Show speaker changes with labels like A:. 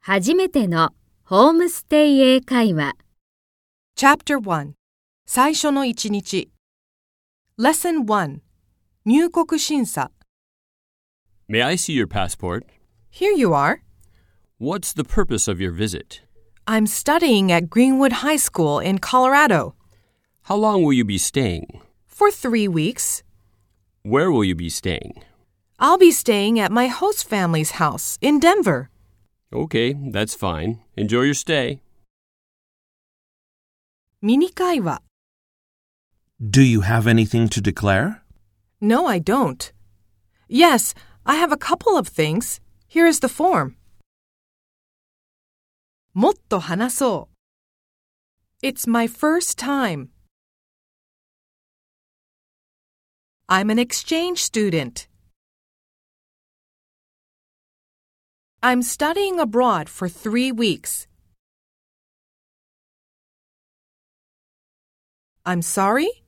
A: 初めてのホームステイ英会話
B: Chapter 1最初の一日 Lesson 1入国審査
C: May I see your passport?
B: Here you are.
C: What's the purpose of your visit?
B: I'm studying at Greenwood High School in Colorado
C: How long will you be staying?
B: for three weeks.
C: Where will you be staying?
B: I'll be staying at my host family's house in Denver.
C: Okay, that's fine. Enjoy your stay.
B: ミニ会話
D: Do you have anything to declare?
B: No, I don't. Yes, I have a couple of things. Here is the form. もっと話そう It's my first time. I'm an exchange student. I'm studying abroad for three weeks. I'm sorry?